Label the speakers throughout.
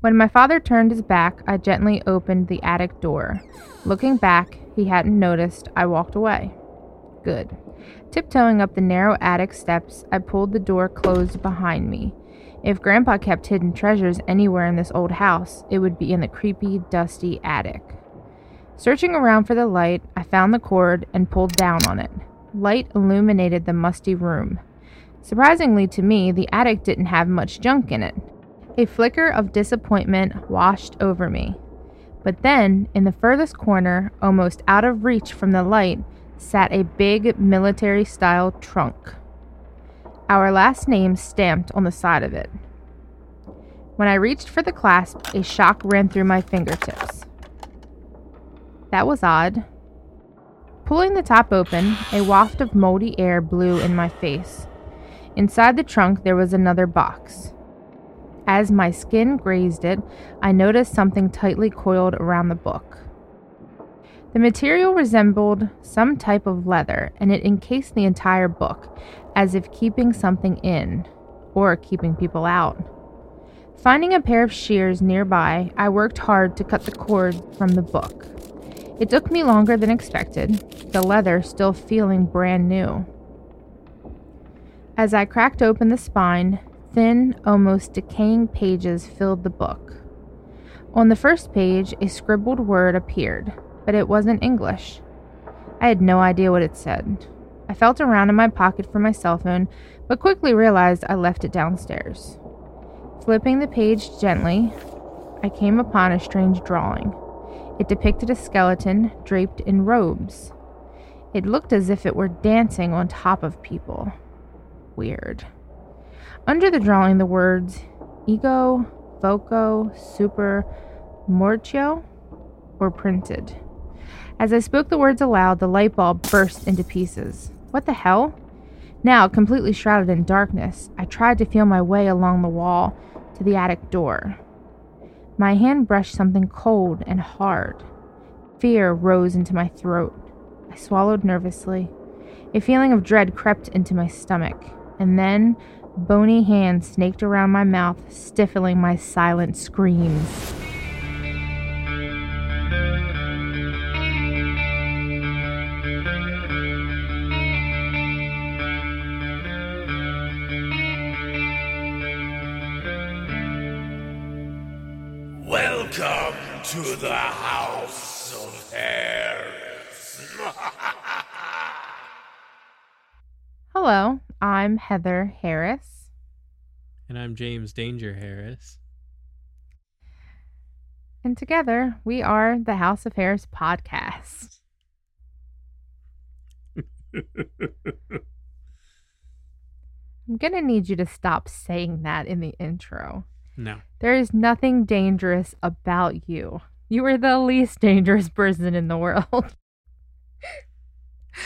Speaker 1: When my father turned his back, I gently opened the attic door. Looking back, he hadn't noticed. I walked away. Good. Tiptoeing up the narrow attic steps, I pulled the door closed behind me. If Grandpa kept hidden treasures anywhere in this old house, it would be in the creepy, dusty attic. Searching around for the light, I found the cord and pulled down on it. Light illuminated the musty room. Surprisingly to me, the attic didn't have much junk in it. A flicker of disappointment washed over me. But then, in the furthest corner, almost out of reach from the light, sat a big military style trunk. Our last name stamped on the side of it. When I reached for the clasp, a shock ran through my fingertips. That was odd. Pulling the top open, a waft of moldy air blew in my face. Inside the trunk, there was another box. As my skin grazed it, I noticed something tightly coiled around the book. The material resembled some type of leather, and it encased the entire book, as if keeping something in, or keeping people out. Finding a pair of shears nearby, I worked hard to cut the cord from the book. It took me longer than expected, the leather still feeling brand new. As I cracked open the spine, thin, almost decaying pages filled the book. On the first page, a scribbled word appeared, but it wasn't English. I had no idea what it said. I felt around in my pocket for my cell phone, but quickly realized I left it downstairs. Flipping the page gently, I came upon a strange drawing. It depicted a skeleton draped in robes. It looked as if it were dancing on top of people. Weird. Under the drawing, the words ego, voco, super, mortio were printed. As I spoke the words aloud, the light bulb burst into pieces. What the hell? Now, completely shrouded in darkness, I tried to feel my way along the wall to the attic door. My hand brushed something cold and hard. Fear rose into my throat. I swallowed nervously. A feeling of dread crept into my stomach, and then bony hands snaked around my mouth, stifling my silent screams.
Speaker 2: Welcome to the House of Harris.
Speaker 1: Hello, I'm Heather Harris.
Speaker 3: And I'm James Danger Harris.
Speaker 1: And together, we are the House of Harris podcast. I'm going to need you to stop saying that in the intro.
Speaker 3: no.
Speaker 1: There is nothing dangerous about you. You are the least dangerous person in the world.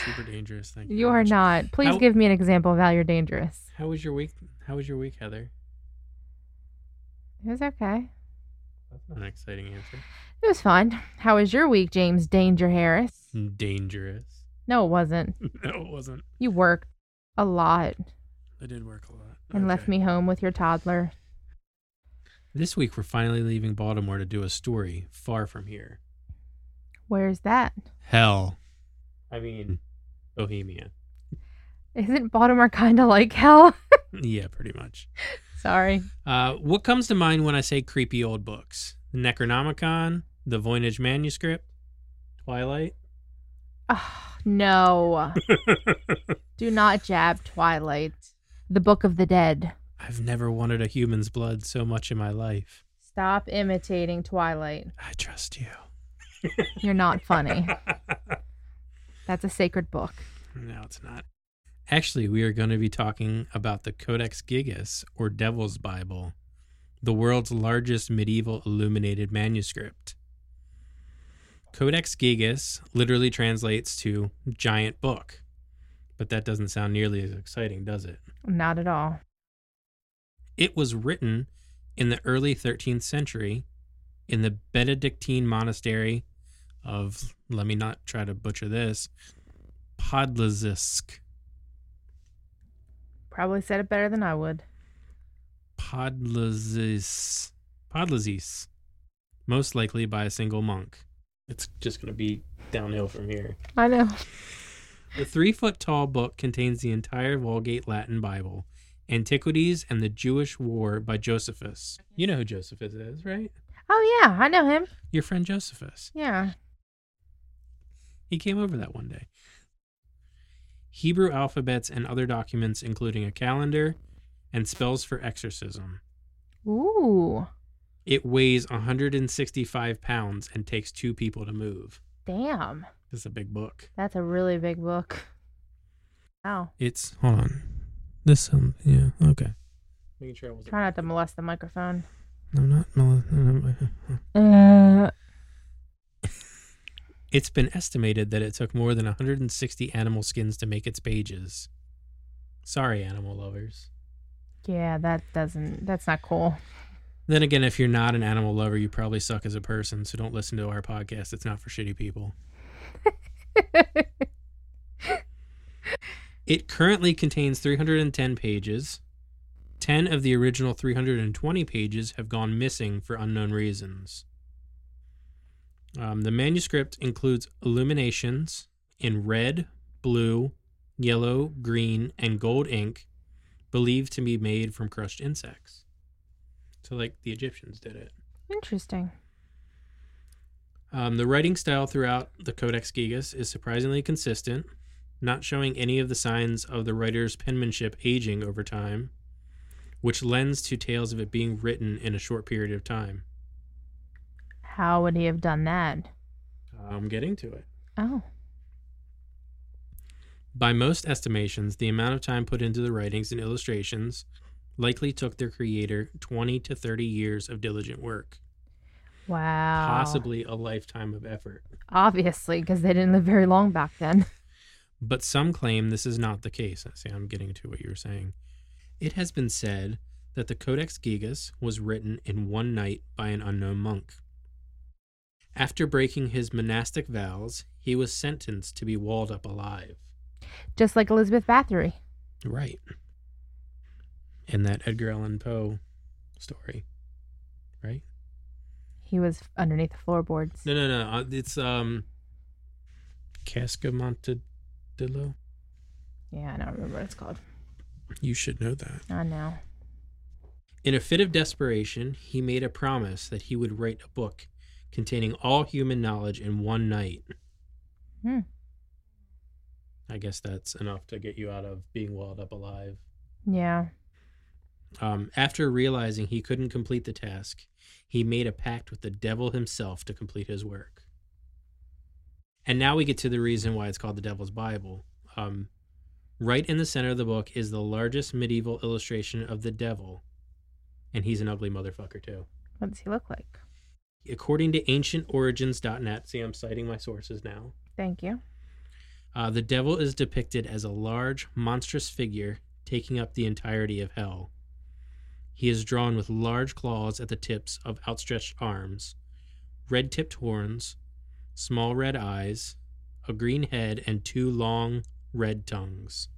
Speaker 3: Super dangerous. Thank you.
Speaker 1: You
Speaker 3: very
Speaker 1: are
Speaker 3: much.
Speaker 1: not. Please
Speaker 3: How-
Speaker 1: give me an example of how you're dangerous.
Speaker 3: How was your week? How was your week, Heather?
Speaker 1: It was okay.
Speaker 3: That's not an exciting answer.
Speaker 1: It was fun. How was your week, James Danger Harris?
Speaker 3: Hmm. Dangerous.
Speaker 1: No, it wasn't.
Speaker 3: No, it wasn't.
Speaker 1: You worked a lot
Speaker 3: I did work a lot.
Speaker 1: and left
Speaker 3: Okay.
Speaker 1: me home with your toddler.
Speaker 3: This week we're finally leaving Baltimore to do a story far from here.
Speaker 1: Where's that?
Speaker 3: Hell. I mean, Bohemia.
Speaker 1: Isn't Baltimore kind of like hell?
Speaker 3: Yeah, pretty much.
Speaker 1: Sorry.
Speaker 3: Uh, what comes to mind when I say creepy old books? The Necronomicon, the Voynich Manuscript, Twilight.
Speaker 1: Oh, no. Do not jab Twilight. The Book of the Dead.
Speaker 3: I've never wanted a human's blood so much in my life.
Speaker 1: Stop imitating Twilight.
Speaker 3: I trust you.
Speaker 1: You're not funny. That's a sacred book.
Speaker 3: No, it's not. Actually, we are going to be talking about the Codex Gigas, or Devil's Bible, the world's largest medieval illuminated manuscript. Codex Gigas literally translates to giant book, but that doesn't sound nearly as exciting, does it?
Speaker 1: Not at all.
Speaker 3: It was written in the early 13th century in the Benedictine monastery of, let me not try to butcher this, Podlazisk.
Speaker 1: Probably said it better than I would.
Speaker 3: Podlazisk. Podlazice, most likely by a single monk. It's just going to be downhill from here.
Speaker 1: I know.
Speaker 3: The three foot tall book contains the entire Vulgate Latin Bible, Antiquities, and the Jewish War by Josephus. You know who Josephus is, right?
Speaker 1: Oh yeah, I know him.
Speaker 3: Your friend Josephus.
Speaker 1: Yeah.
Speaker 3: He came over that one day. Hebrew alphabets and other documents, including a calendar and spells for exorcism.
Speaker 1: Ooh.
Speaker 3: It weighs 165 pounds and takes two people to move.
Speaker 1: Damn.
Speaker 3: It's a big book.
Speaker 1: That's a really big book. Wow.
Speaker 3: It's hold on. This um yeah okay. Making sure I wasn't.
Speaker 1: Try not to molest the microphone.
Speaker 3: I'm not. No, no, no,
Speaker 1: Uh.
Speaker 3: It's been estimated that it took more than 160 animal skins to make its pages. Sorry, animal lovers.
Speaker 1: Yeah, that doesn't. That's not cool.
Speaker 3: Then again, if you're not an animal lover, you probably suck as a person, so don't listen to our podcast. It's not for shitty people. It currently contains 310 pages. 10 of the original 320 pages have gone missing for unknown reasons. Um, the manuscript includes illuminations in red, blue, yellow, green, and gold ink, believed to be made from crushed insects. So, like the Egyptians did it.
Speaker 1: Interesting.
Speaker 3: Um, the writing style throughout the Codex Gigas is surprisingly consistent, not showing any of the signs of the writer's penmanship aging over time, which lends to tales of it being written in a short period of time.
Speaker 1: How would he have done that?
Speaker 3: I'm getting to it.
Speaker 1: Oh.
Speaker 3: By most estimations, the amount of time put into the writings and illustrations likely took their creator 20 to 30 years of diligent work,
Speaker 1: Wow.
Speaker 3: possibly a lifetime of effort.
Speaker 1: Obviously, because they didn't live very long back then.
Speaker 3: but some claim this is not the case. See, I'm getting to what you were saying. It has been said that the Codex Gigas was written in one night by an unknown monk. After breaking his monastic vows, he was sentenced to be walled up alive.
Speaker 1: Just like Elizabeth Bathory.
Speaker 3: Right. In that Edgar Allan Poe story. Right?
Speaker 1: He was underneath the floorboards.
Speaker 3: No, no, no. uh, It's um Casca Montadillo.
Speaker 1: Yeah, I don't remember what it's called.
Speaker 3: You should know that.
Speaker 1: I know.
Speaker 3: In a fit of desperation, he made a promise that he would write a book containing all human knowledge in one night.
Speaker 1: Hmm.
Speaker 3: I guess that's enough to get you out of being walled up alive.
Speaker 1: Yeah.
Speaker 3: Um, after realizing he couldn't complete the task, he made a pact with the devil himself to complete his work. And now we get to the reason why it's called the Devil's Bible. Um, right in the center of the book is the largest medieval illustration of the devil, and he's an ugly motherfucker, too.
Speaker 1: What does he look like?
Speaker 3: According to ancientorigins.net, see, I'm citing my sources now.
Speaker 1: Thank you.
Speaker 3: Uh, the devil is depicted as a large, monstrous figure taking up the entirety of hell. He is drawn with large claws at the tips of outstretched arms, red tipped horns, small red eyes, a green head, and two long red tongues.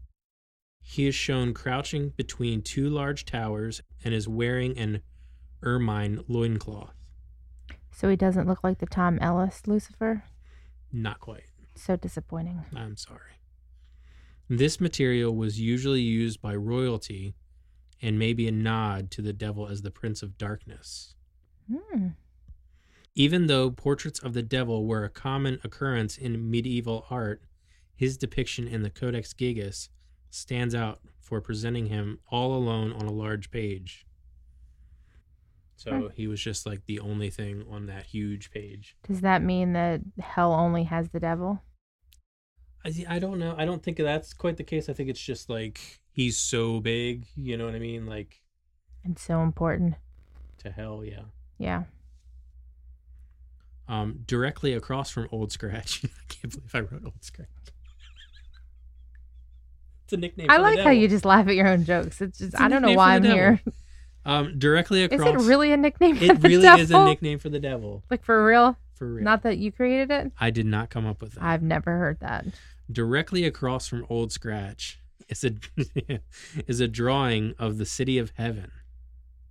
Speaker 3: He is shown crouching between two large towers and is wearing an ermine loincloth.
Speaker 1: So he doesn't look like the Tom Ellis Lucifer.
Speaker 3: Not quite.
Speaker 1: So disappointing.
Speaker 3: I'm sorry. This material was usually used by royalty and may be a nod to the devil as the prince of darkness.
Speaker 1: Hmm.
Speaker 3: Even though portraits of the devil were a common occurrence in medieval art, his depiction in the Codex Gigas stands out for presenting him all alone on a large page. So he was just like the only thing on that huge page.
Speaker 1: Does that mean that hell only has the devil?
Speaker 3: I see- I don't know. I don't think that's quite the case. I think it's just like he's so big, you know what I mean? Like
Speaker 1: It's so important.
Speaker 3: to hell, yeah.
Speaker 1: Yeah.
Speaker 3: Um, directly across from Old Scratch. I can't believe I wrote Old Scratch. it's a nickname.
Speaker 1: I
Speaker 3: for the
Speaker 1: like how you
Speaker 3: devil.
Speaker 1: just laugh at your own jokes. It's just
Speaker 3: It's a
Speaker 1: I don't know
Speaker 3: nickname
Speaker 1: why
Speaker 3: for
Speaker 1: I'm
Speaker 3: the
Speaker 1: here.
Speaker 3: devil. Um, directly
Speaker 1: Is
Speaker 3: across.
Speaker 1: it really a nickname? For
Speaker 3: It
Speaker 1: the
Speaker 3: really
Speaker 1: devil?
Speaker 3: is a nickname for the devil.
Speaker 1: Like for real?
Speaker 3: For real.
Speaker 1: Not that you created it.
Speaker 3: I did not come up with that.
Speaker 1: I've never heard that.
Speaker 3: directly across from Old Scratch is a is a drawing of the city of heaven.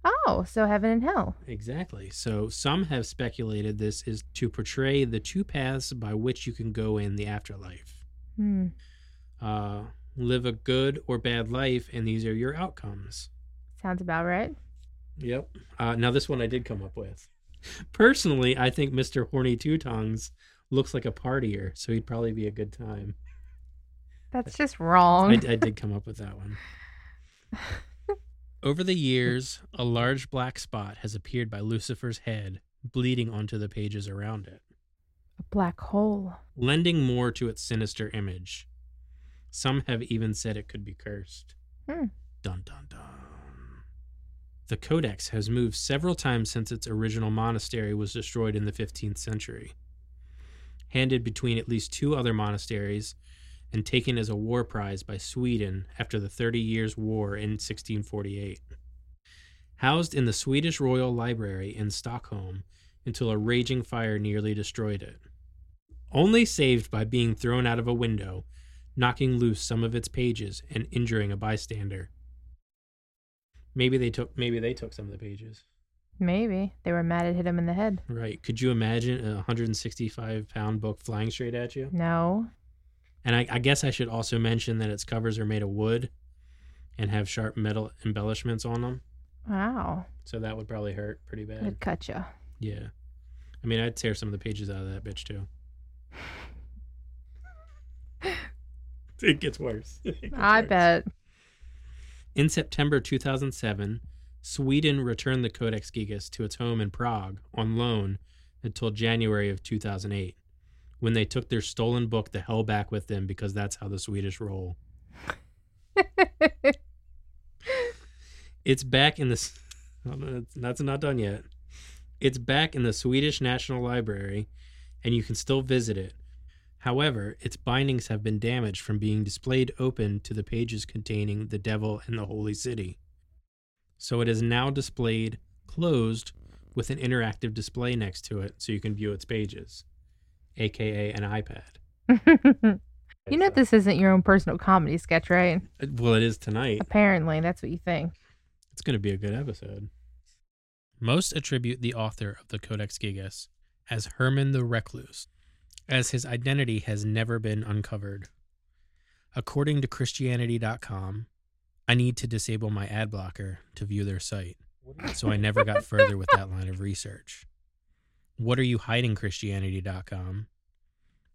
Speaker 1: Oh, so heaven and hell.
Speaker 3: Exactly. So some have speculated this is to portray the two paths by which you can go in the afterlife.
Speaker 1: Hmm.
Speaker 3: Uh, live a good or bad life, and these are your outcomes.
Speaker 1: Sounds about right.
Speaker 3: Yep. Uh, now this one I did come up with. Personally, I think Mr. Horny Two Tongs looks like a partier, so he'd probably be a good time.
Speaker 1: That's just wrong.
Speaker 3: I, I did come up with that one. Over the years, a large black spot has appeared by Lucifer's head, bleeding onto the pages around it,
Speaker 1: a black hole.
Speaker 3: lending more to its sinister image. Some have even said it could be cursed.
Speaker 1: Hmm.
Speaker 3: Dun dun dun. The Codex has moved several times since its original monastery was destroyed in the 15th century, handed between at least two other monasteries, and taken as a war prize by Sweden after the Thirty Years' War in 1648. Housed in the Swedish Royal Library in Stockholm until a raging fire nearly destroyed it. Only saved by being thrown out of a window, knocking loose some of its pages and injuring a bystander. Maybe they took maybe they took some of the pages.
Speaker 1: Maybe they were mad it hit him in the head.
Speaker 3: Right. Could you imagine a 165 pound book flying straight at you?
Speaker 1: No.
Speaker 3: And I, I guess I should also mention that its covers are made of wood and have sharp metal embellishments on them.
Speaker 1: Wow.
Speaker 3: So that would probably hurt pretty bad.
Speaker 1: It cut you.
Speaker 3: Yeah. I mean, I'd tear some of the pages out of that bitch too. it gets worse. It gets
Speaker 1: I
Speaker 3: worse.
Speaker 1: bet.
Speaker 3: In September 2007, Sweden returned the Codex Gigas to its home in Prague on loan until January of 2008, when they took their stolen book the hell back with them because that's how the Swedish roll. It's back in the. s- Oh, no, that's- That's not done yet. It's back in the Swedish National Library, and you can still visit it. However, its bindings have been damaged from being displayed open to the pages containing the devil and the holy city. So it is now displayed closed with an interactive display next to it so you can view its pages, aka an iPad.
Speaker 1: you know
Speaker 3: uh,
Speaker 1: this isn't your own personal comedy sketch, right?
Speaker 3: Well, it is tonight.
Speaker 1: Apparently, that's what you think.
Speaker 3: It's going to be a good episode. Most attribute the author of the Codex Gigas as Herman the Recluse, as his identity has never been uncovered. According to Christianity.com, I need to disable my ad blocker to view their site, so I never got further with that line of research. What are you hiding, Christianity.com?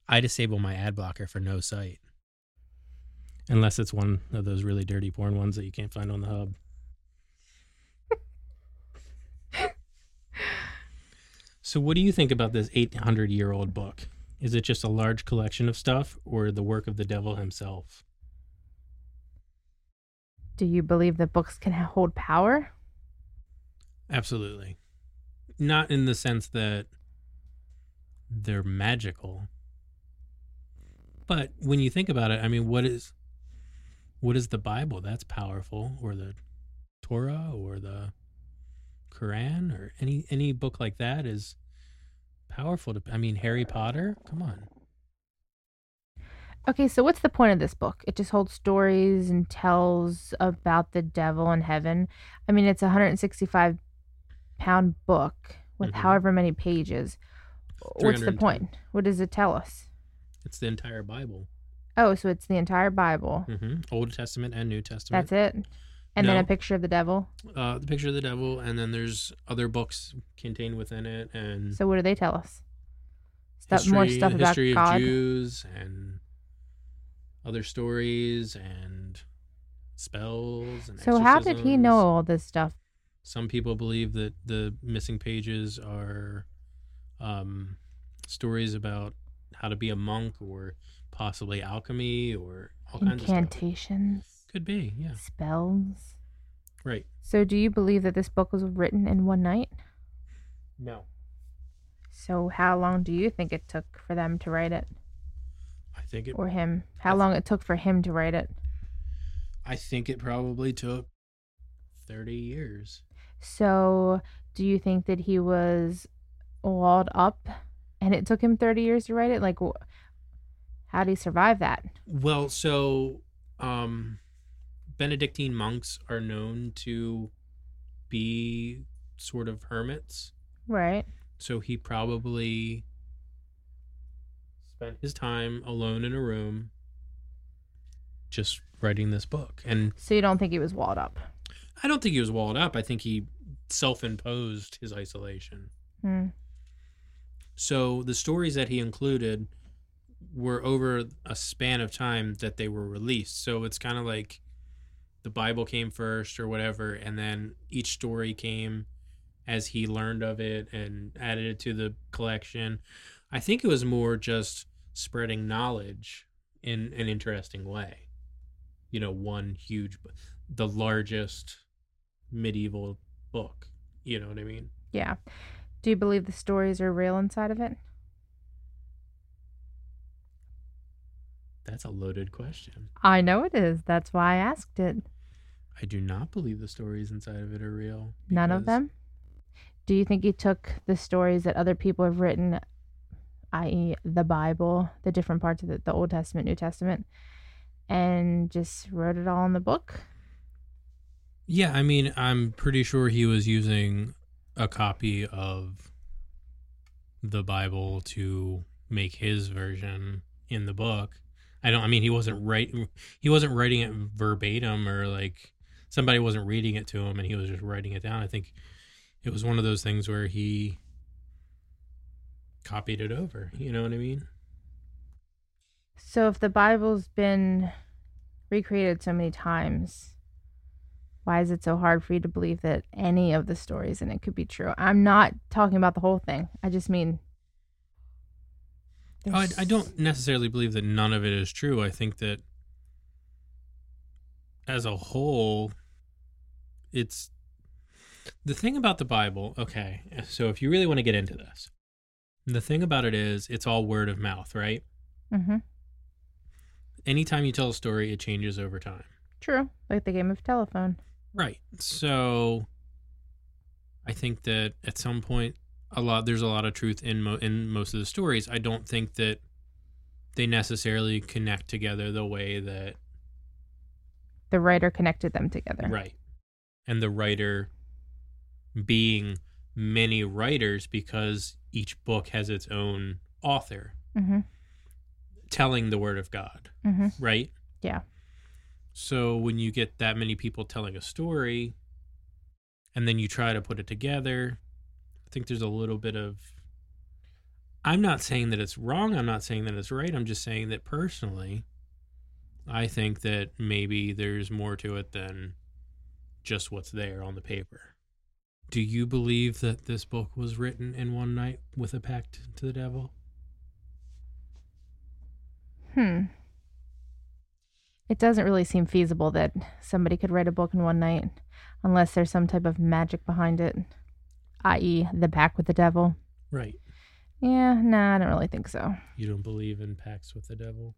Speaker 3: I disable my ad blocker for no site. Unless it's one of those really dirty porn ones that you can't find on the hub. So, what do you think about this 800 year old book? Is it just a large collection of stuff or the work of the devil himself?
Speaker 1: Do you believe that books can hold power?
Speaker 3: Absolutely. Not in the sense that they're magical. But when you think about it, I mean, what is what is the Bible? That's powerful or the Torah or the Quran or any any book like that is powerful to I mean Harry Potter? Come on.
Speaker 1: Okay, so what's the point of this book? It just holds stories and tells about the devil and heaven. I mean, it's a 165 pound book with
Speaker 3: Mhm.
Speaker 1: however many pages. What's the
Speaker 3: 310.
Speaker 1: point? What does it tell us?
Speaker 3: It's the entire Bible.
Speaker 1: Oh, so it's the entire Bible.
Speaker 3: hmm Old Testament and New Testament.
Speaker 1: That's it. And then a
Speaker 3: No.
Speaker 1: picture of the devil.
Speaker 3: Uh, the picture of the devil, and then there's other books contained within it, and
Speaker 1: So what do they tell us? Stuff
Speaker 3: Mm. history,
Speaker 1: more stuff
Speaker 3: the
Speaker 1: about
Speaker 3: history
Speaker 1: God.
Speaker 3: of Jews, and other stories, and spells. And
Speaker 1: So how did he
Speaker 3: exorcisms.
Speaker 1: know all this stuff?
Speaker 3: Some people believe that the missing pages are um, stories about how to be a monk, or possibly alchemy, or all kinds of stuff.
Speaker 1: Incantations,
Speaker 3: Could be, yeah,
Speaker 1: spells.
Speaker 3: right.
Speaker 1: So do you believe that this book was written in one night?
Speaker 3: No,
Speaker 1: So how long do you think it took for them to write it
Speaker 3: I think it
Speaker 1: or him? How
Speaker 3: That's-
Speaker 1: long it took for him to write it?
Speaker 3: I think it probably took 30 years.
Speaker 1: So do you think that he was walled up and it took him 30 years to write it? Like wh- how would he survive that?
Speaker 3: Well, so um Benedictine monks are known to be sort of hermits.
Speaker 1: Right.
Speaker 3: So he probably spent his time alone in a room just writing this book. And
Speaker 1: So you don't think he was walled up?
Speaker 3: I don't think he was walled up. I think he self imposed his isolation.
Speaker 1: Hmm.
Speaker 3: So the stories that he included were over a span of time that they were released. So it's kind of like the Bible came first or whatever, and then each story came as he learned of it and added it to the collection. I think it was more just spreading knowledge in an interesting way. You know, one huge, bu- the largest medieval book. You know what I mean?
Speaker 1: Yeah. Do you believe the stories are real inside of it?
Speaker 3: That's a loaded question.
Speaker 1: I know it is. That's why I asked it.
Speaker 3: I do not believe the stories inside of it are real.
Speaker 1: None of
Speaker 3: because
Speaker 1: them? Do you think he took the stories that other people have written, i.e., the Bible, the different parts of the, the Old Testament, New Testament, and just wrote it all in the book?
Speaker 3: Yeah, I mean, I'm pretty sure he was using a copy of the Bible to make his version in the book. I don't. I mean, he wasn't right. He wasn't writing it verbatim or like somebody wasn't reading it to him, and he was just writing it down. I think it was one of those things where he copied it over. You know what I mean?
Speaker 1: So if the Bible's been recreated so many times, why is it so hard for you to believe that any of the stories in it could be true? I'm not talking about the whole thing. I just mean.
Speaker 3: Oh, I,
Speaker 1: there's-
Speaker 3: I don't necessarily believe that none of it is true. I think that as a whole, it's the thing about the Bible. Okay. So if you really want to get into this, the thing about it is it's all word of mouth, right?
Speaker 1: Mhm.
Speaker 3: Anytime you tell a story, it changes over time.
Speaker 1: True. Like the game of telephone.
Speaker 3: Right. So I think that at some point a lot there's a lot of truth in mo- in most of the stories. I don't think that they necessarily connect together the way that
Speaker 1: The writer connected them together.
Speaker 3: right. And the writer being many writers because each book has its own author
Speaker 1: Mm-hmm.
Speaker 3: telling the word of God,
Speaker 1: Mm-hmm.
Speaker 3: right?
Speaker 1: Yeah.
Speaker 3: So when you get that many people telling a story and then you try to put it together, I think there's a little bit of I'm not saying that it's wrong, I'm not saying that it's right. I'm just saying that personally I think that maybe there's more to it than just what's there on the paper. Do you believe that this book was written in one night with a pact to the devil?
Speaker 1: Hmm. It doesn't really seem feasible that somebody could write a book in one night unless there's some type of magic behind it, i.e., the pact with the devil.
Speaker 3: Right.
Speaker 1: Yeah, nah, I don't really think so.
Speaker 3: You don't believe in pacts with the devil?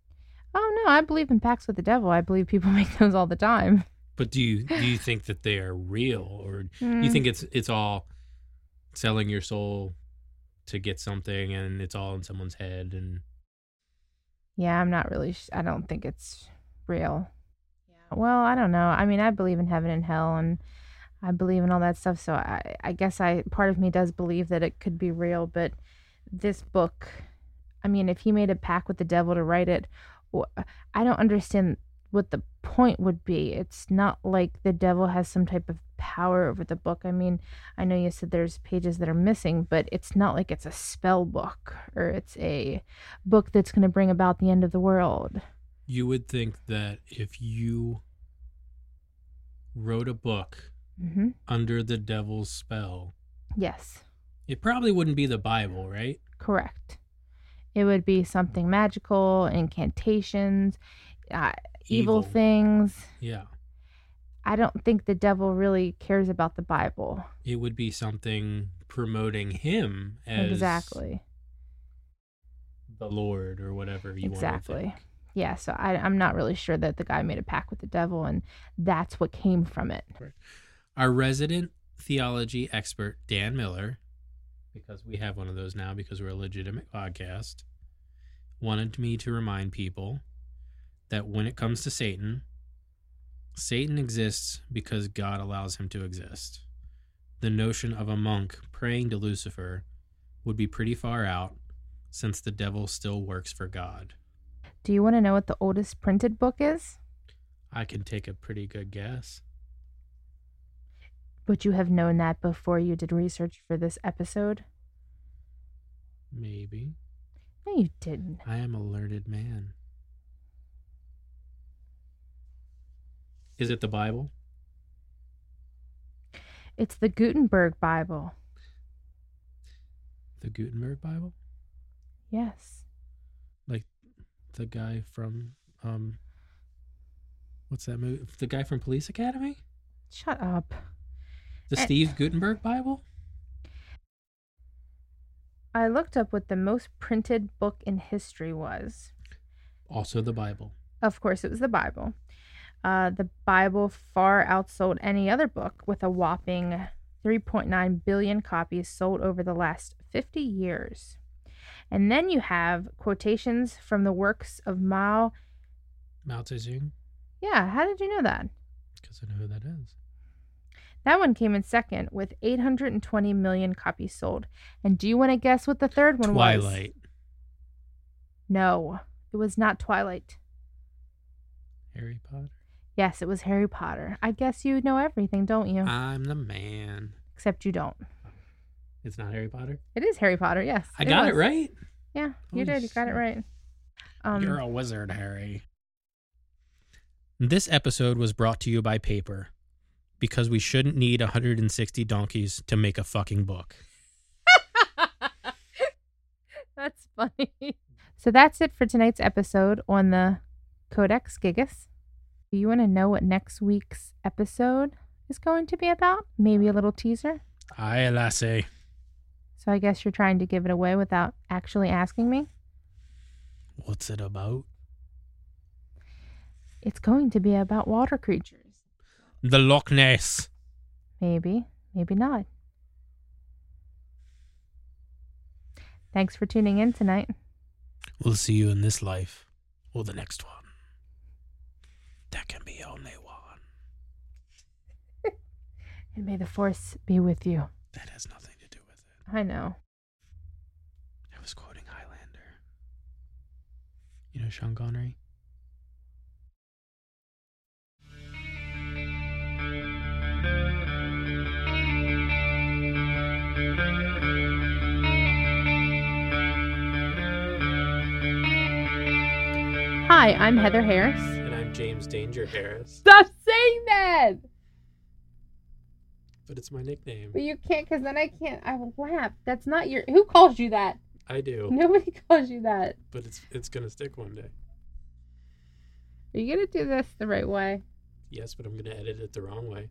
Speaker 1: Oh no, I believe in pacts with the devil. I believe people make those all the time.
Speaker 3: But do you do you think that they are real, or do you
Speaker 1: Mm.
Speaker 3: think it's it's all selling your soul to get something, and it's all in someone's head? And
Speaker 1: Yeah, I'm not really. Sh- I don't think it's real. Yeah. Well, I don't know. I mean, I believe in heaven and hell, and I believe in all that stuff. So I, I guess I part of me does believe that it could be real. But this book, I mean, if he made a pact with the devil to write it, wh- I don't understand what the point would be. It's not like the devil has some type of power over the book. I mean, I know you said there's pages that are missing, but it's not like it's a spell book or it's a book that's going to bring about the end of the world.
Speaker 3: you would think that if you wrote a book
Speaker 1: hmm
Speaker 3: under the devil's spell,
Speaker 1: Yes,
Speaker 3: it probably wouldn't be the Bible, right?
Speaker 1: correct. It would be something magical, incantations, uh, evil. things.
Speaker 3: Yeah,
Speaker 1: I don't think the devil really cares about the Bible.
Speaker 3: it would be something promoting him as
Speaker 1: exactly.
Speaker 3: the Lord or whatever you want.
Speaker 1: Exactly. Yeah, so I, I'm not really sure that the guy made a pact with the devil and that's what came from it.
Speaker 3: our resident theology expert Dan Miller, because we have one of those now because we're a legitimate podcast, wanted me to remind people that when it comes to Satan, Satan exists because God allows him to exist. the notion of a monk praying to Lucifer would be pretty far out since the devil still works for God.
Speaker 1: Do you want to know what the oldest printed book is?
Speaker 3: I can take a pretty good guess.
Speaker 1: Would you have known that before you did research for this episode?
Speaker 3: Maybe.
Speaker 1: No, you didn't.
Speaker 3: I am a learned man. Is it the Bible?
Speaker 1: It's the Gutenberg Bible.
Speaker 3: The Gutenberg Bible?
Speaker 1: Yes.
Speaker 3: The guy from um what's that movie? The guy from Police Academy?
Speaker 1: Shut up.
Speaker 3: The
Speaker 1: Eh.
Speaker 3: Steve Gutenberg Bible?
Speaker 1: I looked up what the most printed book in history was.
Speaker 3: Also the Bible.
Speaker 1: Of course, it was the Bible. Uh, the Bible far outsold any other book with a whopping 3.9 billion copies sold over the last 50 years. And then you have quotations from the works of Mao.
Speaker 3: Mao Zedong,
Speaker 1: Yeah, how did you know that?
Speaker 3: because I know who that is.
Speaker 1: That one came in second with 820 million copies sold. And do you want to guess what the third one was?
Speaker 3: Twilight.
Speaker 1: No, it was not Twilight.
Speaker 3: Harry Potter.
Speaker 1: Yes, it was Harry Potter. I guess you know everything, don't you?
Speaker 3: I'm the man.
Speaker 1: Except you don't.
Speaker 3: It's not Harry Potter.
Speaker 1: It is Harry Potter. Yes,
Speaker 3: I got it
Speaker 1: was.
Speaker 3: right.
Speaker 1: Yeah, you
Speaker 3: Holy
Speaker 1: did. You got it
Speaker 3: shit.
Speaker 1: right. Um,
Speaker 3: You're a wizard, Harry. This episode was brought to you by paper because we shouldn't need 160 donkeys to make a fucking book.
Speaker 1: that's funny. So that's it for tonight's episode on the Codex Gigas. Do you want to know what next week's episode is going to be about? Maybe a little teaser.
Speaker 3: Aye, lassie.
Speaker 1: So I guess you're trying to give it away without actually asking me.
Speaker 3: What's it about?
Speaker 1: It's going to be about water creatures.
Speaker 3: The Loch Ness.
Speaker 1: Maybe, maybe not. Thanks for tuning in tonight.
Speaker 3: We'll see you in this life or the next one. That can be only one.
Speaker 1: And may the force be with you.
Speaker 3: That has nothing to do with it.
Speaker 1: I know.
Speaker 3: I was quoting Highlander. You know Sean Connery?
Speaker 1: Hi, I'm Heather Harris.
Speaker 3: And I'm James Danger Harris,
Speaker 1: Stop saying that!
Speaker 3: but it's my nickname.
Speaker 1: But you can't, because then I can't. I will laugh. That's not your. Who calls you that?
Speaker 3: I do,
Speaker 1: Nobody calls you that.
Speaker 3: but it's it's gonna stick one day.
Speaker 1: Are you going to do this the right way?
Speaker 3: Yes, but I'm gonna edit it the wrong way.